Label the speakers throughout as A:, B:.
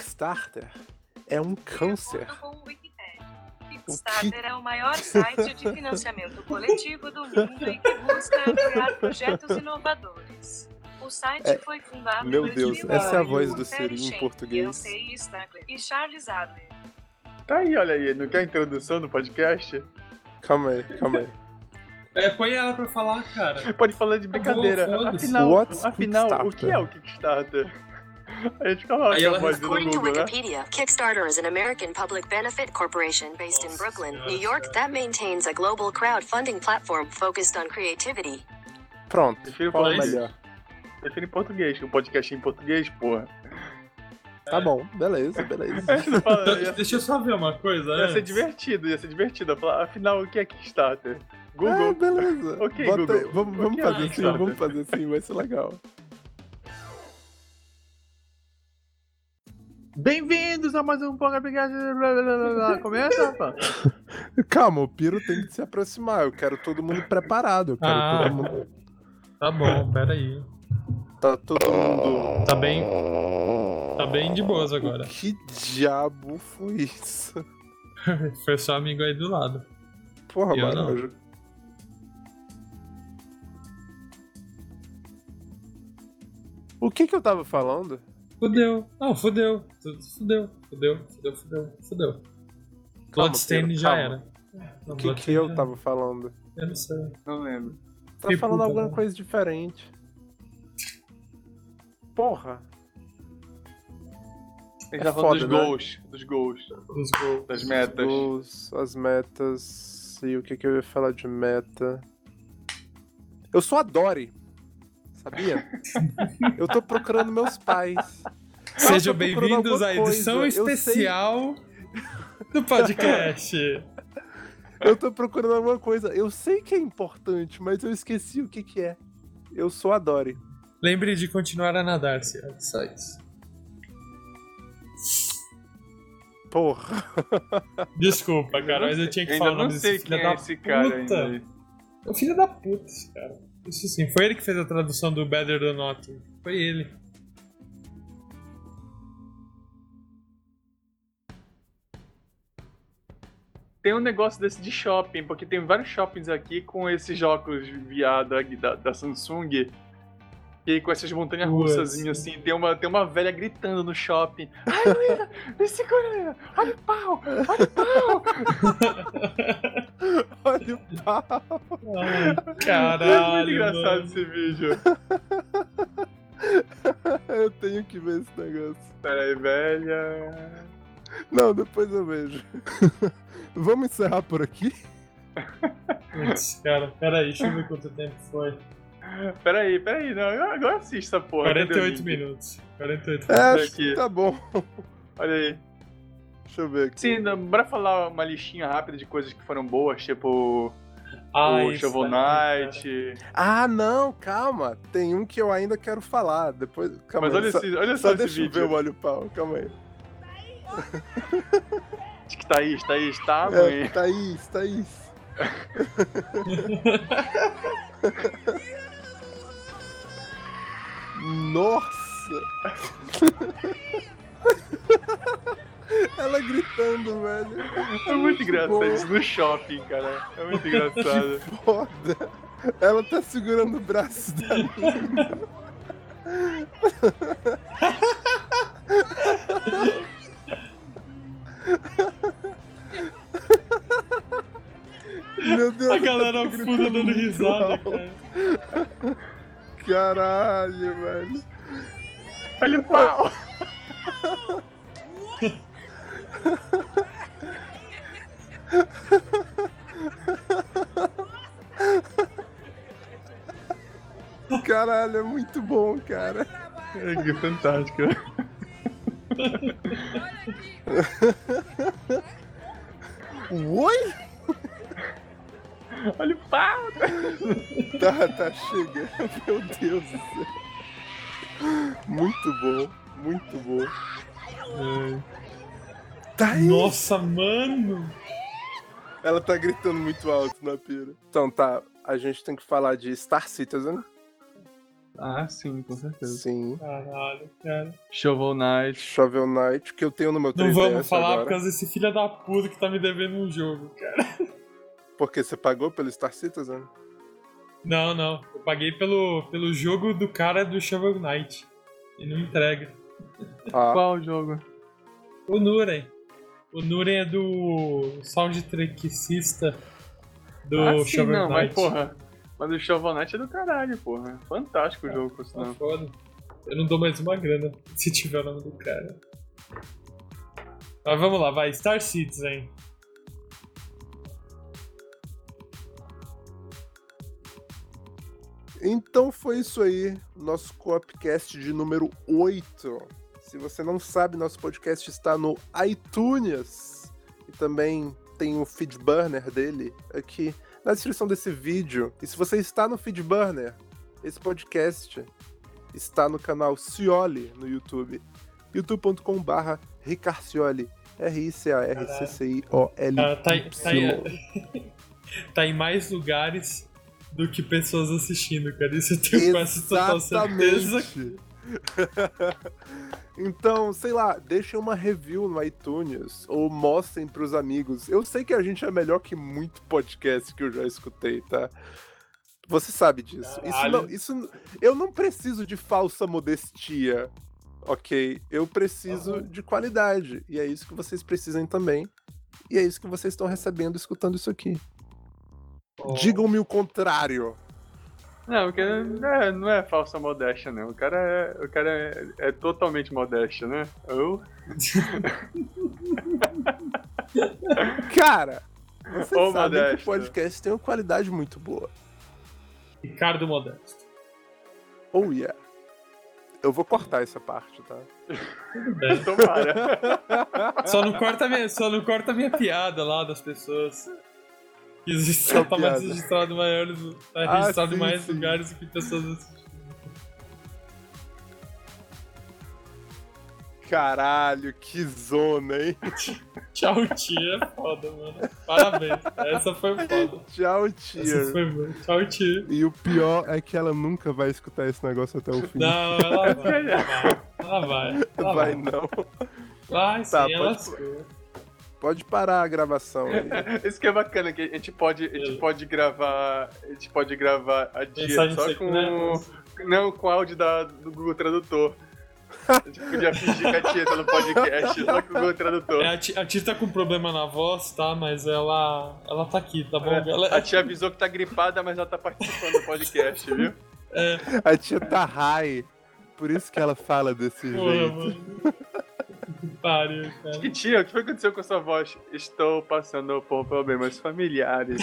A: Quickstarter é um câncer.
B: Acordo com o Wikipedia, Kickstarter é o maior site de financiamento coletivo do mundo e que busca apoiar projetos inovadores. O site
A: É,
B: foi fundado
A: meu
B: por
A: Deus,
B: Steve
A: essa é a
B: Wozniak,
A: voz do
B: Terry
A: Siri em
B: Schenck,
A: português.
B: Yancey Stagler né, e Charles Adler.
C: Tá aí, olha aí. Não quer a introdução do podcast?
A: Calma aí, calma aí.
D: É, põe ela pra falar, cara.
C: Pode falar de brincadeira.
D: Boa, Tá foda-se.
C: afinal,
A: What's
C: afinal o que é o Kickstarter? A gente coloca
D: Aí ela
C: a voz do
E: According to
C: Google, né?
E: Wikipedia, Kickstarter is an American public benefit corporation based in
D: Nossa
E: Brooklyn,
D: senhora,
E: New York that maintains a global crowdfunding platform focused on creativity.
A: Pronto,
C: Prefiro
A: qual
C: falar
A: é o
C: isso.
A: melhor?
C: Prefiro em português, que o podcast é em português, porra.
A: Tá bom, beleza, beleza.
C: Aí você fala,
D: Então,
C: ia,
D: Deixa eu só ver uma coisa.
C: ia ser
D: antes.
C: divertido, ia ser divertido. Eu falar, Afinal, o que é Kickstarter?
A: Ah,
C: Google.
A: beleza.
C: Ok,
A: Bota-
C: Google.
A: Vamos,
C: O
A: vamos
C: que é
A: fazer assim,
C: Kickstarter?
A: vamos fazer assim, vai ser legal.
C: Bem-vindos a mais um podcast. Blá, blá, blá, blá. Começa, Rafa?
A: Calma, o Piro tem que se aproximar. Eu quero todo mundo preparado. Eu quero
D: Ah.
A: todo mundo.
D: Tá bom, peraí.
A: Tá todo mundo.
D: Tá bem. Tá bem de boas agora.
A: Que diabo foi isso?
D: Foi só amigo aí do lado.
A: Porra,
D: Eu não.
A: mano. eu- O que que eu tava falando?
D: Fudeu. Não, fudeu. Tudo Fudeu. Fudeu, fudeu, fudeu, fudeu. Bloodstained
A: Pedro,
D: já
A: calma.
D: era.
A: O que que eu tava falando?
D: Eu não sei.
C: Não lembro.
A: Tá
D: Que
A: falando
D: puta,
A: alguma
D: né?
A: coisa diferente.
C: Porra. A gente
A: É
C: tá falando
A: foda,
C: dos
A: né?
C: gols. Dos gols.
D: Os gols.
C: Das metas.
A: Os, as metas. E o que que eu ia falar de meta? Eu sou a Dory. Sabia? eu tô procurando meus pais.
D: Sejam
A: procurando
D: bem-vindos
A: alguma
D: à edição
A: coisa, eu sei.
D: especial do podcast.
A: Eu tô procurando alguma coisa. Eu sei que é importante, mas eu esqueci o que que é. Eu sou a Dory.
D: Lembre de continuar a nadar, se é só isso.
A: Porra.
D: Desculpa, cara, mas eu tinha que
C: Ainda
D: falar o
C: não
D: nome desse
C: sei quem
D: filho
C: é
D: da
C: esse cara
D: puta.
C: ainda.
D: É O filho da puta, esse cara. Isso sim, foi ele que fez a tradução do Better Than Nothing. Foi ele.
C: Tem um negócio desse de shopping, porque tem vários shoppings aqui com esses óculos viado aqui da, da Samsung. E com essas montanhas
D: Ué,
C: russazinhas assim, tem uma, tem uma velha gritando no shopping. Ai, Luísa, me segura, É Luísa. Olha o pau, olha o pau.
A: Olha o pau.
D: Ai,
C: é
D: caralho.
C: muito engraçado
D: mano.
C: esse vídeo.
A: Eu tenho que ver esse negócio.
C: Pera aí, velha.
A: Não, depois eu vejo. Vamos encerrar por aqui?
D: Putz, cara, peraí, deixa eu ver quanto tempo foi.
C: Pera aí, pera aí, não, eu agora assista, porra. cadê o
D: 48
C: link?
D: minutos.
A: É,
D: 48 minutos.
A: acho que tá bom.
C: Olha aí.
A: Deixa eu ver aqui.
C: Sim, não, bora falar uma listinha rápida de coisas que foram boas, tipo
D: Ai,
C: o Shovel
D: Ah, isso aí, é. cara.
C: Knight.
A: Ah, não, calma. Tem um que eu ainda quero falar. Depois. Calma
C: Mas
A: aí,
C: olha,
A: só,
C: esse, olha
A: só
C: só, esse
A: deixa eu ver
C: vídeo.
A: o olho pau. Calma aí.
C: Acho que Thaís, Thaís, tá,
A: É,
C: mãe?
A: Thaís, Thaís. Nossa! Ela gritando, velho.
C: É muito engraçado isso no shopping, cara. É muito engraçado.
A: Foda. Ela tá segurando o braço da menina. Meu Deus,
D: A galera puta dando risada, cara.
A: caralho, velho.
C: Olha o pau!
A: Caralho, é muito bom, cara.
C: É, que fantástico.
A: Oi?
C: Olha o pau!
A: Tá, tá, chega. Meu Deus do céu. Muito bom, muito bom. Tá aí.
D: É. Nossa, mano!
A: Ela tá gritando muito alto na pira. Então tá, a gente tem que falar de Star Citizen.
C: Ah, sim, com
D: Uhum.
C: certeza.
A: né? Sim.
D: Caralho, cara.
C: Shovel Knight.
A: Shovel Knight, que eu tenho no meu 3DS
D: Não vamos falar
A: agora.
D: por causa desse filho da puta que tá me devendo um jogo, cara.
A: Porque você pagou pelo Star Citizen?
D: Não, não. Eu paguei pelo, pelo jogo do cara do Shovel Knight. E não entrega.
A: Ah,
C: Qual o jogo?
D: O Nuren. O Nuren é do soundtrackista do
C: ah, sim,
D: Shovel
C: não, mas
D: Knight.
C: porra. Mas o Shovel Knight é do caralho, porra. Fantástico o jogo, por
D: Tá
C: sinal.
D: foda. Eu não dou mais uma grana se tiver o nome do cara. Mas vamos lá, vai. Star Citizen.
A: então foi isso aí, nosso Coopcast de número 8. Se você não sabe, nosso podcast está no iTunes e também tem o Feedburner dele aqui na descrição desse vídeo. E se você está no Feedburner, esse podcast está no canal Cioli no YouTube, youtube.com/barra Ricarcioli, R-I-C-A-R-C-C-I-O-L.
D: Ah, tá, em- tá, em- tá em mais lugares do que pessoas assistindo, cara. Isso eu tenho quase total certeza.
A: Exatamente. então, sei lá, deixem uma review no iTunes ou mostrem pros amigos. Eu sei que a gente é melhor que muito podcast que eu já escutei, tá? Você sabe disso. Isso
D: Caralho.
A: não, isso, eu não preciso de falsa modestia, ok? Eu preciso de qualidade. E é isso que vocês precisam também. E é isso que vocês estão recebendo escutando isso aqui.
D: Oh.
A: Digam-me o contrário.
C: Não, porque não é, não é falsa modéstia, não. O cara é, o cara é, é totalmente modéstia, né? Ou,
A: Cara, vocês
C: Ô,
A: sabem que
C: Modesto.
A: o podcast tem uma qualidade muito boa.
D: Ricardo Modesto.
A: Oh yeah. Eu vou cortar essa parte, tá?
D: Tudo bem.
C: tomara.
D: Só não corta minha, só não corta minha piada lá das pessoas. Que existe-
A: Qual
D: tá mais
A: piada?
D: registrado maior, tá
A: Ah,
D: registrado em
A: sim,
D: mais
A: sim.
D: lugares do que pessoas assistindo.
A: Caralho, que zona, hein?
D: Tchau, tia. É Foda, mano. Parabéns. Essa foi foda.
A: Tchau,
D: Essa
A: tia.
D: foi boa. Tchau, tia.
A: E o pior é que ela nunca vai escutar esse negócio até o fim.
D: Não, ela vai. Ela vai. Ela vai.
A: vai não.
D: Vai, sim,
A: Tá,
D: ela
A: pode- Pode parar a gravação aí.
C: Isso que é bacana, que a gente pode, a gente
D: Beleza.
C: pode gravar. A gente pode gravar a dia
D: Mensagem
C: só
D: secreta. né?
C: com. Não, com o áudio da, do Google Tradutor. A gente podia fingir que a tia tá no podcast, só com o Google Tradutor.
D: É, a, tia, a tia tá com problema na voz, tá? Mas ela, ela tá aqui, tá bom? Ela,
C: A tia avisou que tá gripada, mas ela tá participando do podcast, viu?
D: é,
A: A tia tá high. Por isso que ela fala desse
D: Porra,
A: jeito.
D: mano. Que pariu, cara.
C: Que tá tia, o que foi que aconteceu com a sua voz? Estou passando por problemas familiares.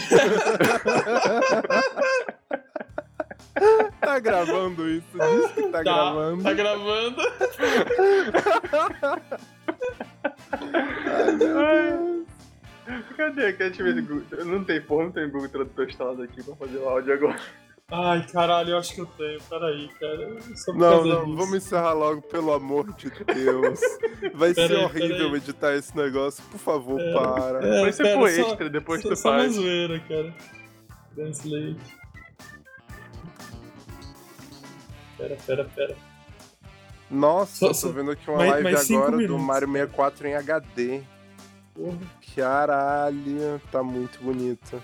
A: Tá gravando isso? Diz que tá, gravando.
D: Tá gravando.
C: Cadê? Cadê? Deixa eu ver o Google. Não tem porra, não tem Google Tradutor instalado aqui pra fazer o áudio agora.
D: Ai, caralho, eu acho que eu tenho. Peraí, cara. Só por
A: Não,
D: causa
A: não,
D: disso.
A: vamos encerrar logo, pelo amor de Deus. Vai ser
D: Peraí,
A: horrível
D: peraí.
A: editar esse negócio, por favor, para.
D: É,
C: Mas você
D: pera,
C: pô
D: só-
C: extra, depois
D: só,
C: tu
D: é só um. uma
C: faz.
D: zoeira, cara. Translate. Pera, pera, pera.
A: Nossa,
D: Só-
A: eu tô
D: só-
A: vendo aqui uma
D: mais-
A: live
D: mais cinco
A: agora do
D: minutos.
A: Mario 64 em HD.
D: Porra.
A: Caralho, tá muito bonito.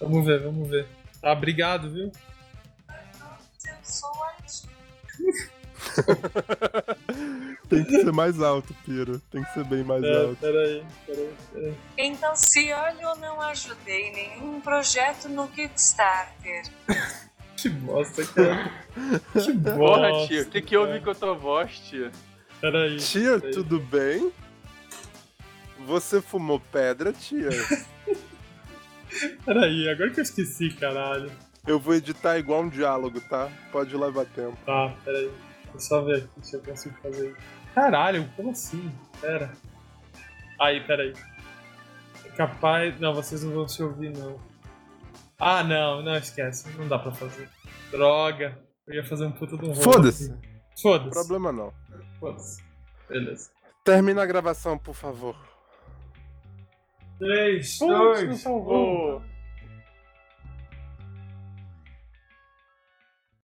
D: Vamos ver, vamos ver. Ah, obrigado, viu?
B: Eu sou a tia.
A: Tem que ser mais alto, Piro. Tem que ser bem mais
D: É, peraí, peraí, peraí.
B: Então, se olha, eu não ajudei nenhum projeto no Kickstarter.
D: Que bosta, cara. Que bosta.
C: Porra, tia, o que, que houve
D: cara.
C: com a tua voz, tia?
D: Peraí.
A: Tia,
D: peraí.
A: tudo bem? Você fumou pedra, tia?
D: Peraí, agora que eu esqueci, caralho.
A: Eu vou editar igual um diálogo, tá? Pode levar tempo.
D: Tá, peraí. Deixa eu só ver aqui se eu consigo fazer isso. Caralho, como assim? Pera. Aí, peraí. É capaz. Não, vocês não vão se ouvir, não. Ah, não, não esquece. Não dá pra fazer. Droga. Eu ia fazer um puta do rolo.
A: Foda-se.
D: aqui. Foda-se.
A: Problema não.
D: Foda-se. Beleza.
A: Termina a gravação, por favor.
F: 3,
D: Putz, não
F: 2,
C: um.
D: salvou.